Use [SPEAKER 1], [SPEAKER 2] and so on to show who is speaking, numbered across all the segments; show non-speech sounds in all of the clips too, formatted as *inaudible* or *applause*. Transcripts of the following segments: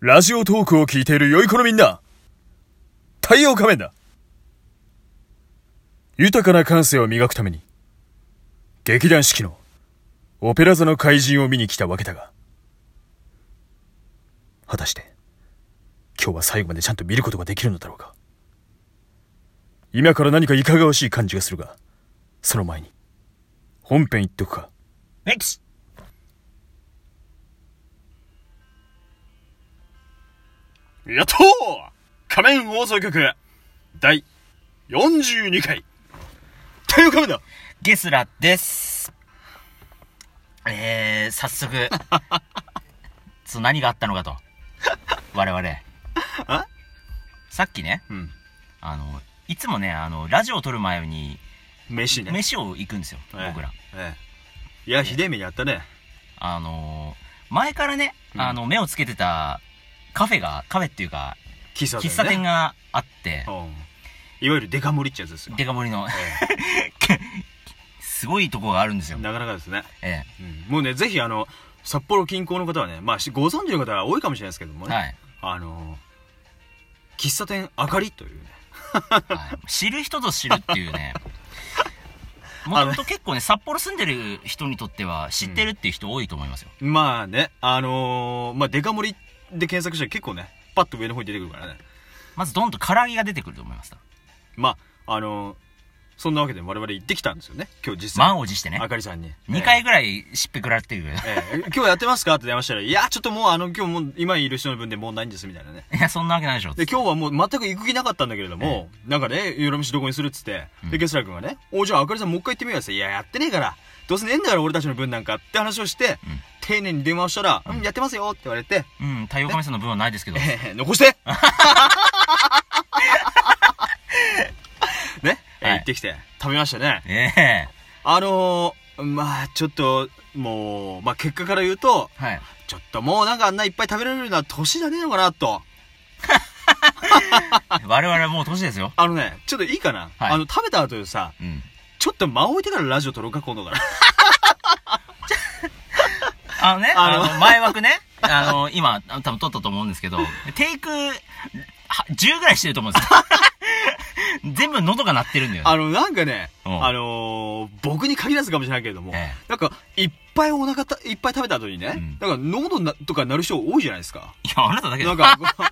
[SPEAKER 1] ラジオトークを聞いている良い子のみんな太陽仮面だ豊かな感性を磨くために、劇団四季のオペラ座の怪人を見に来たわけだが、果たして、今日は最後までちゃんと見ることができるのだろうか今から何かいかがわしい感じがするが、その前に、本編言っとくか。
[SPEAKER 2] Next. やったー仮面放送局第42回太陽仮面だ
[SPEAKER 3] ゲスラです。えー、早速、
[SPEAKER 2] *laughs*
[SPEAKER 3] そう何があったのかと。我々。さっきね、
[SPEAKER 2] うん。
[SPEAKER 3] あの、いつもね、あの、ラジオを撮る前に、
[SPEAKER 2] 飯ね。
[SPEAKER 3] 飯を行くんですよ、
[SPEAKER 2] ええ
[SPEAKER 3] 僕ら。。
[SPEAKER 2] ええ。いや、ひでえ目にあったね。
[SPEAKER 3] あの、前からね、
[SPEAKER 2] うん
[SPEAKER 3] あの、目をつけてたカフェが、カフェっていうか、
[SPEAKER 2] 喫茶店、ね。
[SPEAKER 3] 喫茶店があって、
[SPEAKER 2] うん。いわゆるデカ盛りっちゃやつですよ。
[SPEAKER 3] デカ盛りの、
[SPEAKER 2] え
[SPEAKER 3] *laughs* すごいとこがあるんです
[SPEAKER 2] え
[SPEAKER 3] よ。
[SPEAKER 2] なかなかですね。
[SPEAKER 3] え
[SPEAKER 2] うん。もうね、ぜひあの、札幌近郊の方はね、まあ、しご存知の方は多いかもしれないですけども
[SPEAKER 3] え。
[SPEAKER 2] ね。。
[SPEAKER 3] はいい。
[SPEAKER 2] あの、喫茶店あかりというね。
[SPEAKER 3] はい知る人ぞ知るっていう
[SPEAKER 2] *laughs*
[SPEAKER 3] ね。もともと結構ね、札幌住んでる人にとっては知ってるっていう人多いと思いますよ。
[SPEAKER 2] まあね、あのー、まあ、デカ盛りで検索したら結構ね、パッと上の方に出てくるからね。
[SPEAKER 3] まずどんどん唐揚げが出てくると思います。
[SPEAKER 2] まあ、あのー、そんなわけで我々行ってきたんですよね。今日実際。
[SPEAKER 3] 満を持してね
[SPEAKER 2] あ。かりさんに。
[SPEAKER 3] 2回
[SPEAKER 2] え
[SPEAKER 3] ぐらいしっぺくらってる。
[SPEAKER 2] えええ今日やってますかって電話したら、いや、ちょっともうあの、今日もう今いる人の分でもうないんですみたいなね。
[SPEAKER 3] *laughs* いや、そんなわけないでしょ。
[SPEAKER 2] で、今日はもう全く行く気なかったんだけれども、なんかね、夜飯どこにするっつって、で、ゲスラ君がね、お、じゃああかりさんもう一回行ってみようよっつって。いや、やってねえから。どうせねえんだから俺たちの分なんかって話をして、
[SPEAKER 3] ん
[SPEAKER 2] 丁寧に電話をしたら、うん、やってますよって言われて、
[SPEAKER 3] うん、太陽神さんの分はないですけど。
[SPEAKER 2] えー残して
[SPEAKER 3] *laughs*
[SPEAKER 2] ね、えー
[SPEAKER 3] はい
[SPEAKER 2] 行ってきて食べましたね
[SPEAKER 3] ええ
[SPEAKER 2] あのー、まあちょっともう、まあ、結果から言うと
[SPEAKER 3] はい。
[SPEAKER 2] ちょっともうなんかあんないっぱい食べられるのは年じゃねえのかなと
[SPEAKER 3] 我々はもう年ですよ。
[SPEAKER 2] あのねちょっといいかな、
[SPEAKER 3] はい
[SPEAKER 2] あの食べた後でさ
[SPEAKER 3] うん。
[SPEAKER 2] ちょっと間を置いてからラジオ撮ろうか今度から
[SPEAKER 3] あのね、
[SPEAKER 2] あの
[SPEAKER 3] あの、前枠ね、 *laughs* あの、今、多分撮ったと思うんですけど、テイク、は10ぐらいしてると思うんです
[SPEAKER 2] *laughs*
[SPEAKER 3] よ。全部喉が鳴ってるんだよね。
[SPEAKER 2] あのなんかね、
[SPEAKER 3] うん
[SPEAKER 2] あのー、僕に限らずかもしれないけれども、
[SPEAKER 3] え
[SPEAKER 2] なんかいっぱいお腹たいっぱい食べた後にね、
[SPEAKER 3] うん
[SPEAKER 2] なんか喉なとかなる人多いじゃないですか
[SPEAKER 3] いや、あなただけだ
[SPEAKER 2] なん
[SPEAKER 3] よ。
[SPEAKER 2] か、 *laughs* こ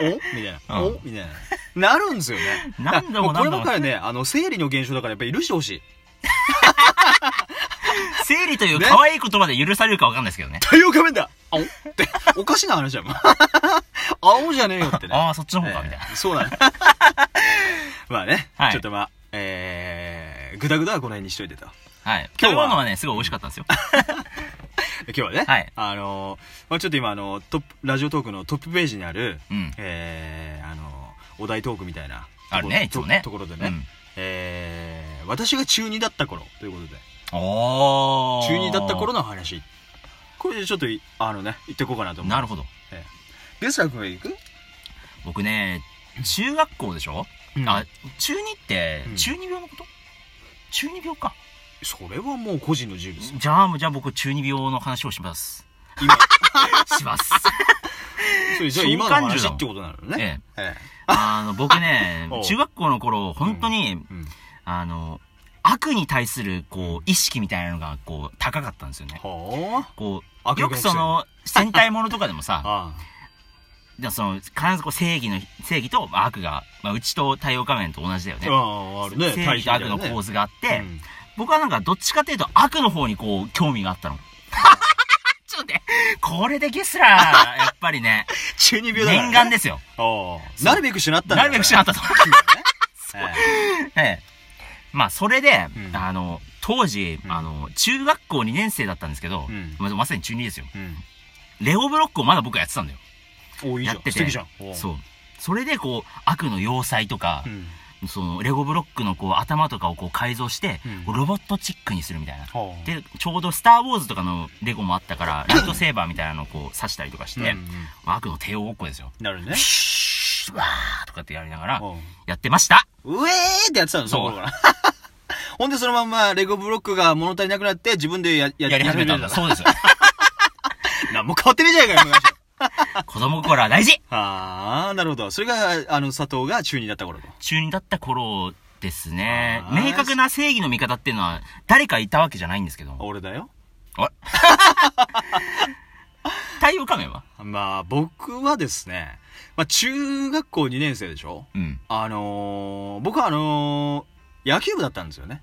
[SPEAKER 2] うなんか、おみたいな。
[SPEAKER 3] う
[SPEAKER 2] お
[SPEAKER 3] ん
[SPEAKER 2] みたいな。なるんですよね。
[SPEAKER 3] 何度も
[SPEAKER 2] だから
[SPEAKER 3] 何
[SPEAKER 2] うこれ
[SPEAKER 3] 度も
[SPEAKER 2] ばっかりね、あの、生理の現象だからやっぱり許してほしい。
[SPEAKER 3] 生理という
[SPEAKER 2] ね
[SPEAKER 3] 可愛い言葉で許されるかわかんないですけどね。
[SPEAKER 2] 太陽仮面だあおって、おかしな話じゃん。 *laughs* 青じゃねえよってね。
[SPEAKER 3] ああ、そっちの方
[SPEAKER 2] え
[SPEAKER 3] か、
[SPEAKER 2] ー
[SPEAKER 3] みたいな。
[SPEAKER 2] そうだね。 *laughs* まあね、
[SPEAKER 3] はい
[SPEAKER 2] ちょっとまあ、えー、ぐだぐだはこの辺にしといてと。
[SPEAKER 3] はい。
[SPEAKER 2] 今日
[SPEAKER 3] 今日
[SPEAKER 2] は
[SPEAKER 3] は。のはね、すごい美味しかった
[SPEAKER 2] *laughs*
[SPEAKER 3] んですよ。
[SPEAKER 2] で今日はね、
[SPEAKER 3] はい
[SPEAKER 2] あのー、まあちょっと今、あの、トップ、ラジオトークのトップページにある、
[SPEAKER 3] うん。
[SPEAKER 2] えー、あのー、お題トークみたいな。
[SPEAKER 3] あるね
[SPEAKER 2] とこ
[SPEAKER 3] いつもね
[SPEAKER 2] ところで
[SPEAKER 3] う
[SPEAKER 2] ね。
[SPEAKER 3] ん。
[SPEAKER 2] えー、私が中2だった頃ということで、
[SPEAKER 3] おー。
[SPEAKER 2] 中2だった頃の話。これでちょっとい、あのね、言っていこうかなと思う。
[SPEAKER 3] なる
[SPEAKER 2] ほ
[SPEAKER 3] ほど。
[SPEAKER 2] ど。ええ。ゲスラ君が行く
[SPEAKER 3] 僕ね、中学校でしょ、あ、、中2って
[SPEAKER 2] うん、
[SPEAKER 3] 中二病のこと、中二病か。
[SPEAKER 2] それはもう個人の自由ですよ。
[SPEAKER 3] じゃあ、じゃあ僕、中二病の話をします。
[SPEAKER 2] 今、
[SPEAKER 3] します。
[SPEAKER 2] それじゃあ *laughs*
[SPEAKER 3] 召喚
[SPEAKER 2] 今の話
[SPEAKER 3] 獣だ
[SPEAKER 2] ってことなの *laughs* ね。
[SPEAKER 3] ええ。
[SPEAKER 2] え
[SPEAKER 3] あの、僕
[SPEAKER 2] *laughs*
[SPEAKER 3] ね
[SPEAKER 2] おう、
[SPEAKER 3] 中学校の頃、本当に、
[SPEAKER 2] え。うん。
[SPEAKER 3] あの、悪に対する、こう、意識みたいなのが、こう、高かったんですよね。
[SPEAKER 2] はあ。
[SPEAKER 3] こ
[SPEAKER 2] 悪
[SPEAKER 3] う、
[SPEAKER 2] 役
[SPEAKER 3] よく
[SPEAKER 2] 学生
[SPEAKER 3] その、戦隊ものとかでもさ、 *laughs*
[SPEAKER 2] あ
[SPEAKER 3] でもその必ずこう正義の正義と悪が、まあ、うちと太陽仮面と同じだよ
[SPEAKER 2] あ。
[SPEAKER 3] ね
[SPEAKER 2] ああ、あるね。
[SPEAKER 3] 正義と悪の構
[SPEAKER 2] 図
[SPEAKER 3] 図があって、僕はなんかどっちかというと悪の方にこう興味があったの *laughs* ちょっと待ってこれでゲスラ
[SPEAKER 2] *laughs*
[SPEAKER 3] ーやっぱりね
[SPEAKER 2] 中二病だからね。
[SPEAKER 3] 念願ですよ
[SPEAKER 2] ああ。なるべくしなったんだ
[SPEAKER 3] なるべくしな
[SPEAKER 2] *laughs*
[SPEAKER 3] か
[SPEAKER 2] っ
[SPEAKER 3] ったと、
[SPEAKER 2] た。え
[SPEAKER 3] *laughs* ええ、まあそれで、
[SPEAKER 2] うん
[SPEAKER 3] あの当時、
[SPEAKER 2] うん
[SPEAKER 3] あの中学校2年生だったんですけど、
[SPEAKER 2] うん
[SPEAKER 3] ままさに中2ですよ
[SPEAKER 2] え
[SPEAKER 3] レオブロックをまだ僕はやってたんだよ
[SPEAKER 2] うん。おいいじゃん
[SPEAKER 3] や。ってて
[SPEAKER 2] 素敵じゃん。おう。
[SPEAKER 3] そうそれでこう悪の要塞とか、
[SPEAKER 2] うん。
[SPEAKER 3] そのレゴブロックのこう頭とかをこう改造して、
[SPEAKER 2] うん
[SPEAKER 3] ロボットチックにするみたいな。
[SPEAKER 2] はあ。
[SPEAKER 3] で、ちょうどスター・ウォーズとかのレゴもあったから、ライトセーバーみたいなのをこう刺したりとかして、
[SPEAKER 2] うんうん
[SPEAKER 3] 悪の帝王ごっこですよ。
[SPEAKER 2] なるね。
[SPEAKER 3] シュワーとかってやりながら、
[SPEAKER 2] おう
[SPEAKER 3] やってました
[SPEAKER 2] うえーってやってたの、その頃から。 *laughs* ほんで、そのまんま、レゴブロックが物足りなくなって、自分でや、や
[SPEAKER 3] やり始めたんだ。
[SPEAKER 2] *laughs* やり始
[SPEAKER 3] そうですよ。
[SPEAKER 2] めたんだ。なんも変わってねえじゃねえかよ、昔。
[SPEAKER 3] 子供心は大事
[SPEAKER 2] ああ、なるほど。それが、あの、佐藤が中二だった頃と。
[SPEAKER 3] 中二だった頃ですね。
[SPEAKER 2] あー
[SPEAKER 3] 明確な正義の味方っていうのは、誰かいたわけじゃないんですけど。
[SPEAKER 2] 俺だよ。
[SPEAKER 3] 太陽仮面は
[SPEAKER 2] まあ、僕はですね、まあ、中学校2年生でしょ
[SPEAKER 3] うん。
[SPEAKER 2] あのー、僕はあのー、野球部だったんですよね。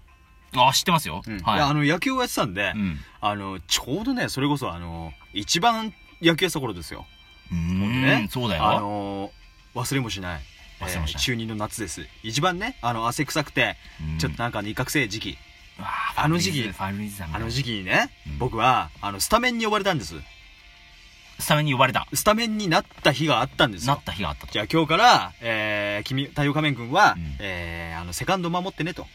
[SPEAKER 3] あ、知ってますよ。
[SPEAKER 2] うん。であ
[SPEAKER 3] は
[SPEAKER 2] の、野球をやってたんで、
[SPEAKER 3] い。うん。
[SPEAKER 2] あの、ちょうどね、それこそあのー、一番野球やってた頃ですよ。
[SPEAKER 3] う
[SPEAKER 2] ね
[SPEAKER 3] ーん、そうだ
[SPEAKER 2] あ
[SPEAKER 3] よ。
[SPEAKER 2] のー、忘れもしない。
[SPEAKER 3] 忘れもしない
[SPEAKER 2] えー中二の夏です。一番ね、あの、汗臭くて、
[SPEAKER 3] うん
[SPEAKER 2] ちょっとなんかね、威嚇性時期。
[SPEAKER 3] うわー
[SPEAKER 2] あの時期
[SPEAKER 3] ファルイズさん
[SPEAKER 2] あの
[SPEAKER 3] が
[SPEAKER 2] 時期にね
[SPEAKER 3] うん、
[SPEAKER 2] 僕は、あの、スタメンに呼ばれたんです。
[SPEAKER 3] スタメンに呼ばれた。
[SPEAKER 2] スタメンになった日があったんです
[SPEAKER 3] な
[SPEAKER 2] よ
[SPEAKER 3] っ。た日があったと。
[SPEAKER 2] じゃあ今日から、えー、君、太陽仮面君は、
[SPEAKER 3] うん
[SPEAKER 2] えー、あの、セカンド守ってねと。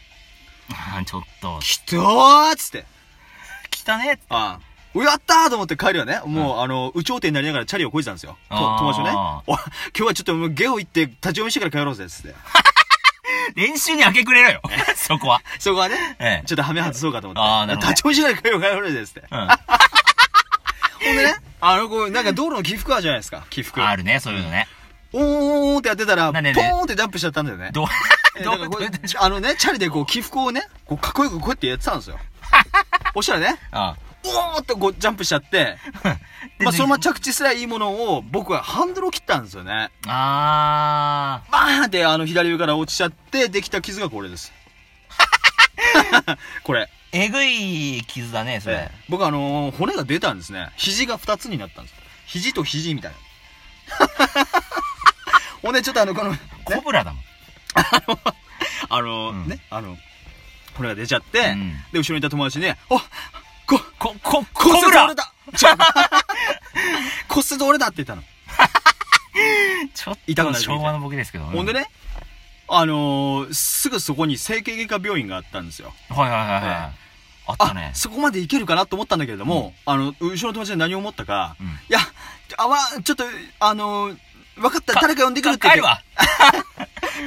[SPEAKER 3] あーちょっと、
[SPEAKER 2] きたーっつって。
[SPEAKER 3] 来たね。
[SPEAKER 2] ああ。やったーと思って帰るよね。もう、あの、有頂天になりながらチャリをこいでたんですよ。と
[SPEAKER 3] あー
[SPEAKER 2] 友達とね。お今日はちょっともうゲオ行って立ち読みしてから帰ろうぜ、っつって。
[SPEAKER 3] 練習に明け暮れろよ。そこは。
[SPEAKER 2] そこはね、
[SPEAKER 3] ええ
[SPEAKER 2] ちょっとハメ外そうかと思って。
[SPEAKER 3] あーなるほどね
[SPEAKER 2] 立ち読みしてから帰ろう、帰ろうぜ、っつって。
[SPEAKER 3] うん。
[SPEAKER 2] ほんでね、
[SPEAKER 3] *laughs*
[SPEAKER 2] あの、こう、なんか道路の起伏あるじゃないですか、起伏。
[SPEAKER 3] あるね、そういうのね。
[SPEAKER 2] おーおーってやってたら、ポ
[SPEAKER 3] なんでね
[SPEAKER 2] ーンってジャンプしちゃったんだよね。
[SPEAKER 3] どう、
[SPEAKER 2] えー
[SPEAKER 3] ど
[SPEAKER 2] だ
[SPEAKER 3] う、
[SPEAKER 2] か
[SPEAKER 3] ど
[SPEAKER 2] ら
[SPEAKER 3] う
[SPEAKER 2] これ
[SPEAKER 3] どう
[SPEAKER 2] あのね、チャリでこう起伏をね、こうかっこよくこうやってやってたんです
[SPEAKER 3] *laughs*
[SPEAKER 2] よ。そしたらね、
[SPEAKER 3] あ
[SPEAKER 2] おーってこうジャンプしちゃって、
[SPEAKER 3] *laughs* で
[SPEAKER 2] まあそのまま着地すりゃいいものを、僕はハンドルを切ったんですよね。
[SPEAKER 3] ーあ
[SPEAKER 2] バーンってあの左上から落ちちゃって、できた傷がこれです。 *laughs* これ。
[SPEAKER 3] ー。えぐい傷だね、それ。
[SPEAKER 2] 僕あのー骨が出たんですね。肘が2つになったんですよ。肘と肘みたいな。 *laughs* ほんでちょっとあの、この、ね
[SPEAKER 3] コブラだもん。
[SPEAKER 2] あの
[SPEAKER 3] うん
[SPEAKER 2] ね、あの、骨が出ちゃって、
[SPEAKER 3] うん
[SPEAKER 2] で、後ろにいた友達に、ね、あこ、
[SPEAKER 3] こ、こ、
[SPEAKER 2] 骨
[SPEAKER 3] コブ
[SPEAKER 2] 折折
[SPEAKER 3] ラ
[SPEAKER 2] れたちょ *laughs* 骨折折れたって言ったの。
[SPEAKER 3] ちょっ
[SPEAKER 2] 痛く
[SPEAKER 3] と
[SPEAKER 2] なる
[SPEAKER 3] 昭和の僕ですけど。
[SPEAKER 2] ほんでね、あのーすぐそこに整形外科病院があったんですよ。
[SPEAKER 3] うん。はいはいはいはい。
[SPEAKER 2] え
[SPEAKER 3] あっ
[SPEAKER 2] あ、
[SPEAKER 3] たね。
[SPEAKER 2] そこまでいけるかなと思ったんだけれども、あの、後ろの友達に何を思ったか、
[SPEAKER 3] うん
[SPEAKER 2] いや、あわ、ちょっと、あのー分かった、誰か呼んでくるって言っ
[SPEAKER 3] 帰
[SPEAKER 2] て
[SPEAKER 3] るわ。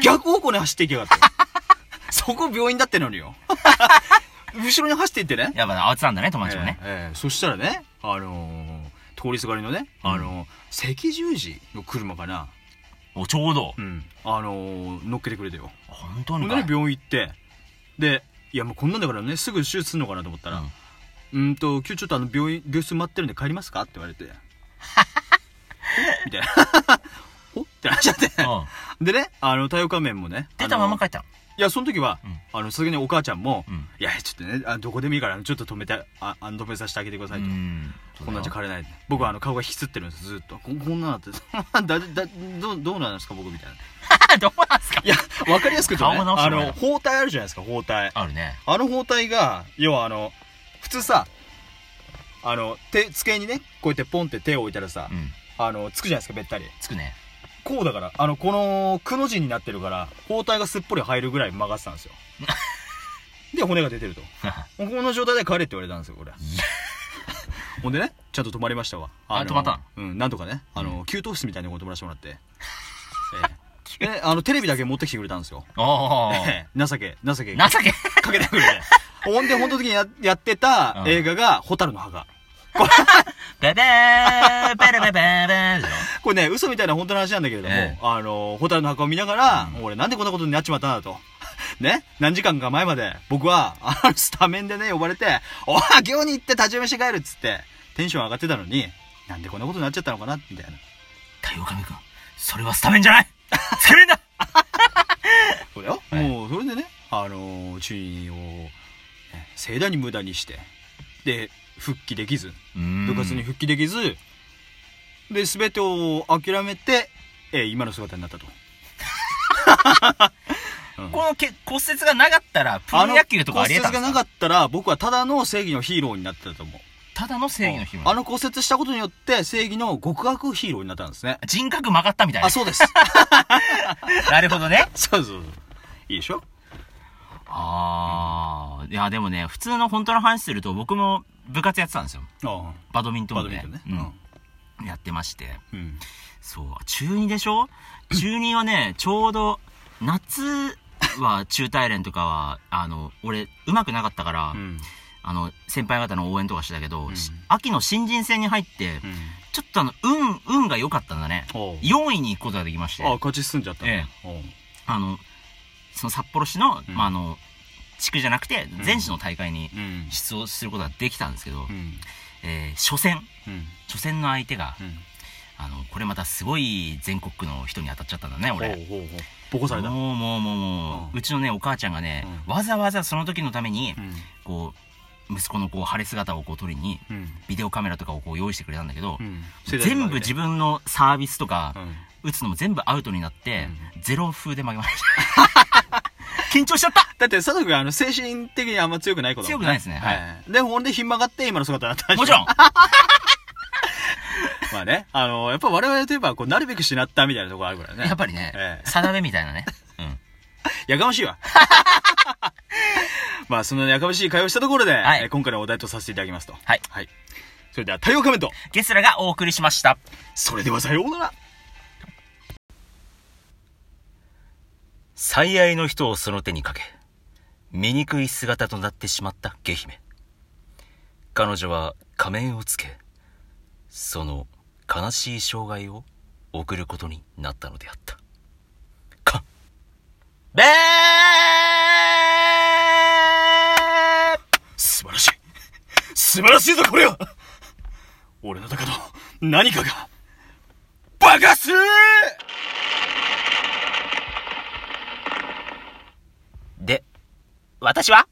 [SPEAKER 2] 逆方向に走っていけよか
[SPEAKER 3] *laughs*
[SPEAKER 2] った。そこ病院だってのによ。後ろに走っていってね。
[SPEAKER 3] やっぱ慌てたんだね、友達もね。
[SPEAKER 2] ええええそしたらね、あのー通りすがりのね、あのー赤十字の車かな、
[SPEAKER 3] お、ちょうど。
[SPEAKER 2] うん、あのー乗っけてくれてよ。
[SPEAKER 3] 本当
[SPEAKER 2] ほ
[SPEAKER 3] に
[SPEAKER 2] んで
[SPEAKER 3] か
[SPEAKER 2] ね
[SPEAKER 3] い。
[SPEAKER 2] 病院行って、で、いやもうこんなんだからね、すぐ手術するのかなと思ったら、
[SPEAKER 3] う
[SPEAKER 2] うんん、と、今日ちょっとあの病院、病室待ってるんで帰りますかって言われ *laughs* て。みたいな。 *laughs* おってなっちゃって。
[SPEAKER 3] うん。
[SPEAKER 2] でね、あの、太陽仮面もね。
[SPEAKER 3] 出たまま
[SPEAKER 2] あ
[SPEAKER 3] 帰
[SPEAKER 2] の
[SPEAKER 3] ったの。
[SPEAKER 2] いや、その時は、
[SPEAKER 3] うん
[SPEAKER 2] あの、さすがにお母ちゃんも、
[SPEAKER 3] うん
[SPEAKER 2] いや、ちょっとね、あどこでもいいから、ちょっと止めて、あ、あの止めさせてあげてくださいと。
[SPEAKER 3] うん。
[SPEAKER 2] こんなんじゃ帰れない。僕はあの顔が引きつってるんです、ずっと。ここんなんなって、 *laughs* だ、だ、どう、どうなんですか、僕みたいな。
[SPEAKER 3] *laughs* どうなんすか
[SPEAKER 2] いや、わかりやすく言うとね、
[SPEAKER 3] 顔が直し
[SPEAKER 2] あ
[SPEAKER 3] てもらえない
[SPEAKER 2] の、包帯あるじゃないですか、包帯。
[SPEAKER 3] あるね。
[SPEAKER 2] あの包帯が、要はあの、普通さ、あの、手、机にね、こうやってポンって手を置いたらさ、
[SPEAKER 3] うん。
[SPEAKER 2] あの、つくじゃないですか、べったり。
[SPEAKER 3] つくね。 *laughs*
[SPEAKER 2] こうだから、あの、この、くの字になってるから、包帯がすっぽり入るぐらい曲がってたん
[SPEAKER 3] *laughs*
[SPEAKER 2] ですよ。で、骨が出てると。この状態で帰れって言われたんですよ、これ。ほんでね、ちゃんと止まりましたわ。
[SPEAKER 3] あ
[SPEAKER 2] の
[SPEAKER 3] 止まった
[SPEAKER 2] うん、なんとかね、あの、給湯室みたいなとこに止まらせてもらって。
[SPEAKER 3] *laughs*
[SPEAKER 2] ええであの、テレビだけ持ってきてくれたんですよ。
[SPEAKER 3] お
[SPEAKER 2] え
[SPEAKER 3] ー。
[SPEAKER 2] え *laughs* 情け、情け。
[SPEAKER 3] 情け
[SPEAKER 2] かけてくれて。ほんで、ほんと時にややってた
[SPEAKER 3] うん
[SPEAKER 2] 映画が、ホタルの墓。
[SPEAKER 3] ベベーベラベベーベーでしょ
[SPEAKER 2] これね、嘘みたいな本当の話なんだけれども、
[SPEAKER 3] ええ
[SPEAKER 2] あの、ホタルの墓を見ながら、俺なんでこんなことになっちまったんだと。 *laughs* ね、何時間か前まで、僕は、あの、スタメンでね、呼ばれて、おは行に行って立ち読みして帰るっつって、テンション上がってたのに、なんでこんなことになっちゃったのかな、みたいな。
[SPEAKER 3] 太陽神くん、それはスタメンじゃないスタメンだ
[SPEAKER 2] そうだよ。
[SPEAKER 3] はい
[SPEAKER 2] もう、それでね、あの、注意を、ね盛大に無駄にして、で、復帰できず、部活に。復帰できず、で、すべてを諦めて、えー今の姿になったと。
[SPEAKER 3] このけ骨折がなかったら、プロ野球とかありえたん
[SPEAKER 2] 骨
[SPEAKER 3] です
[SPEAKER 2] 折がな
[SPEAKER 3] か
[SPEAKER 2] かったら、僕はただの正義のヒーローになってたと思う。
[SPEAKER 3] ただの正義の日
[SPEAKER 2] あの骨折したことによって、正義の極悪ヒーローになったんですね。
[SPEAKER 3] 人格曲がったみたいな
[SPEAKER 2] あ、。そう
[SPEAKER 3] *laughs*
[SPEAKER 2] です。
[SPEAKER 3] なるほどね。
[SPEAKER 2] そうそうそう。いいでしょ
[SPEAKER 3] ああ、いや、でもね、普通の本当の話すると、僕も部活やってたんですよ。
[SPEAKER 2] あ
[SPEAKER 3] バドミント
[SPEAKER 2] バ
[SPEAKER 3] ン
[SPEAKER 2] ド
[SPEAKER 3] 部
[SPEAKER 2] ミン
[SPEAKER 3] ね
[SPEAKER 2] トンね。。
[SPEAKER 3] うん。やってまして。
[SPEAKER 2] うん。うん。
[SPEAKER 3] そう。中2で
[SPEAKER 2] *clears throat*
[SPEAKER 3] しょ中2はね、ちょうど、夏は中大連とかは、あの、俺、うまくなかったから、
[SPEAKER 2] うん。
[SPEAKER 3] あの、先輩方の応援とかしてたけど、
[SPEAKER 2] ん
[SPEAKER 3] し秋の新人戦に入って、
[SPEAKER 2] うん
[SPEAKER 3] ちょっとあの、運、運が良かったんだね。
[SPEAKER 2] おう
[SPEAKER 3] 4位に行くことができまして、
[SPEAKER 2] あ、勝ち進んじゃった。
[SPEAKER 3] え
[SPEAKER 2] おう
[SPEAKER 3] あの、その札幌市の、
[SPEAKER 2] うん
[SPEAKER 3] まあ、あの、地区じゃなくて、
[SPEAKER 2] ん
[SPEAKER 3] 全市の大会に
[SPEAKER 2] うん。
[SPEAKER 3] 出場することができたんですけ
[SPEAKER 2] う
[SPEAKER 3] ど、
[SPEAKER 2] ん。
[SPEAKER 3] えー初戦、
[SPEAKER 2] うん。
[SPEAKER 3] 初戦の相手が
[SPEAKER 2] う、ん。
[SPEAKER 3] あの、これまたすごい全国区の人に当たっちゃったんだね、
[SPEAKER 2] お
[SPEAKER 3] 俺。
[SPEAKER 2] うおうおうボコされた。
[SPEAKER 3] もうもうもうもう、
[SPEAKER 2] うん
[SPEAKER 3] うちのね、お母ちゃんがね、
[SPEAKER 2] う
[SPEAKER 3] わざわざその時のために、
[SPEAKER 2] ん。
[SPEAKER 3] こう、息子のこう、晴れ姿をこう撮りに、
[SPEAKER 2] うん。
[SPEAKER 3] ビデオカメラとかをこう用意してくれたんだけど、
[SPEAKER 2] うん。
[SPEAKER 3] 全部自
[SPEAKER 2] 分。
[SPEAKER 3] 分のサービスとか、
[SPEAKER 2] うん。
[SPEAKER 3] 打つのも全部アウトになって、ゼロ風で負けました。 *laughs* 緊張しちゃった
[SPEAKER 2] だって佐藤君あの精神的にあんま強くないこと
[SPEAKER 3] 強くないですねはい
[SPEAKER 2] いでほんでひん曲がって今の姿だったでしょ
[SPEAKER 3] もちろん
[SPEAKER 2] まあねあのやっぱ我々といえばこうなるべくしなったみたいなところあるからね
[SPEAKER 3] やっぱりね、
[SPEAKER 2] ええ
[SPEAKER 3] 定めみたいなね。うん。
[SPEAKER 2] やかまし
[SPEAKER 3] *laughs*
[SPEAKER 2] いわまあそのやかましい会話をしたところで、
[SPEAKER 3] はい
[SPEAKER 2] えー今回のお題とさせていただきますと
[SPEAKER 3] はい
[SPEAKER 2] はい、それでは太陽仮面と
[SPEAKER 3] ゲスラがお送りしました。
[SPEAKER 2] それではさようなら
[SPEAKER 4] 最愛の人をその手にかけ、醜い姿となってしまった下姫。彼女は仮面をつけ、その悲しい生涯を送ることになったのであった。か、
[SPEAKER 3] べー
[SPEAKER 2] 素晴らしい素晴らしいぞこれは俺の中の何かが爆発する
[SPEAKER 4] で、私は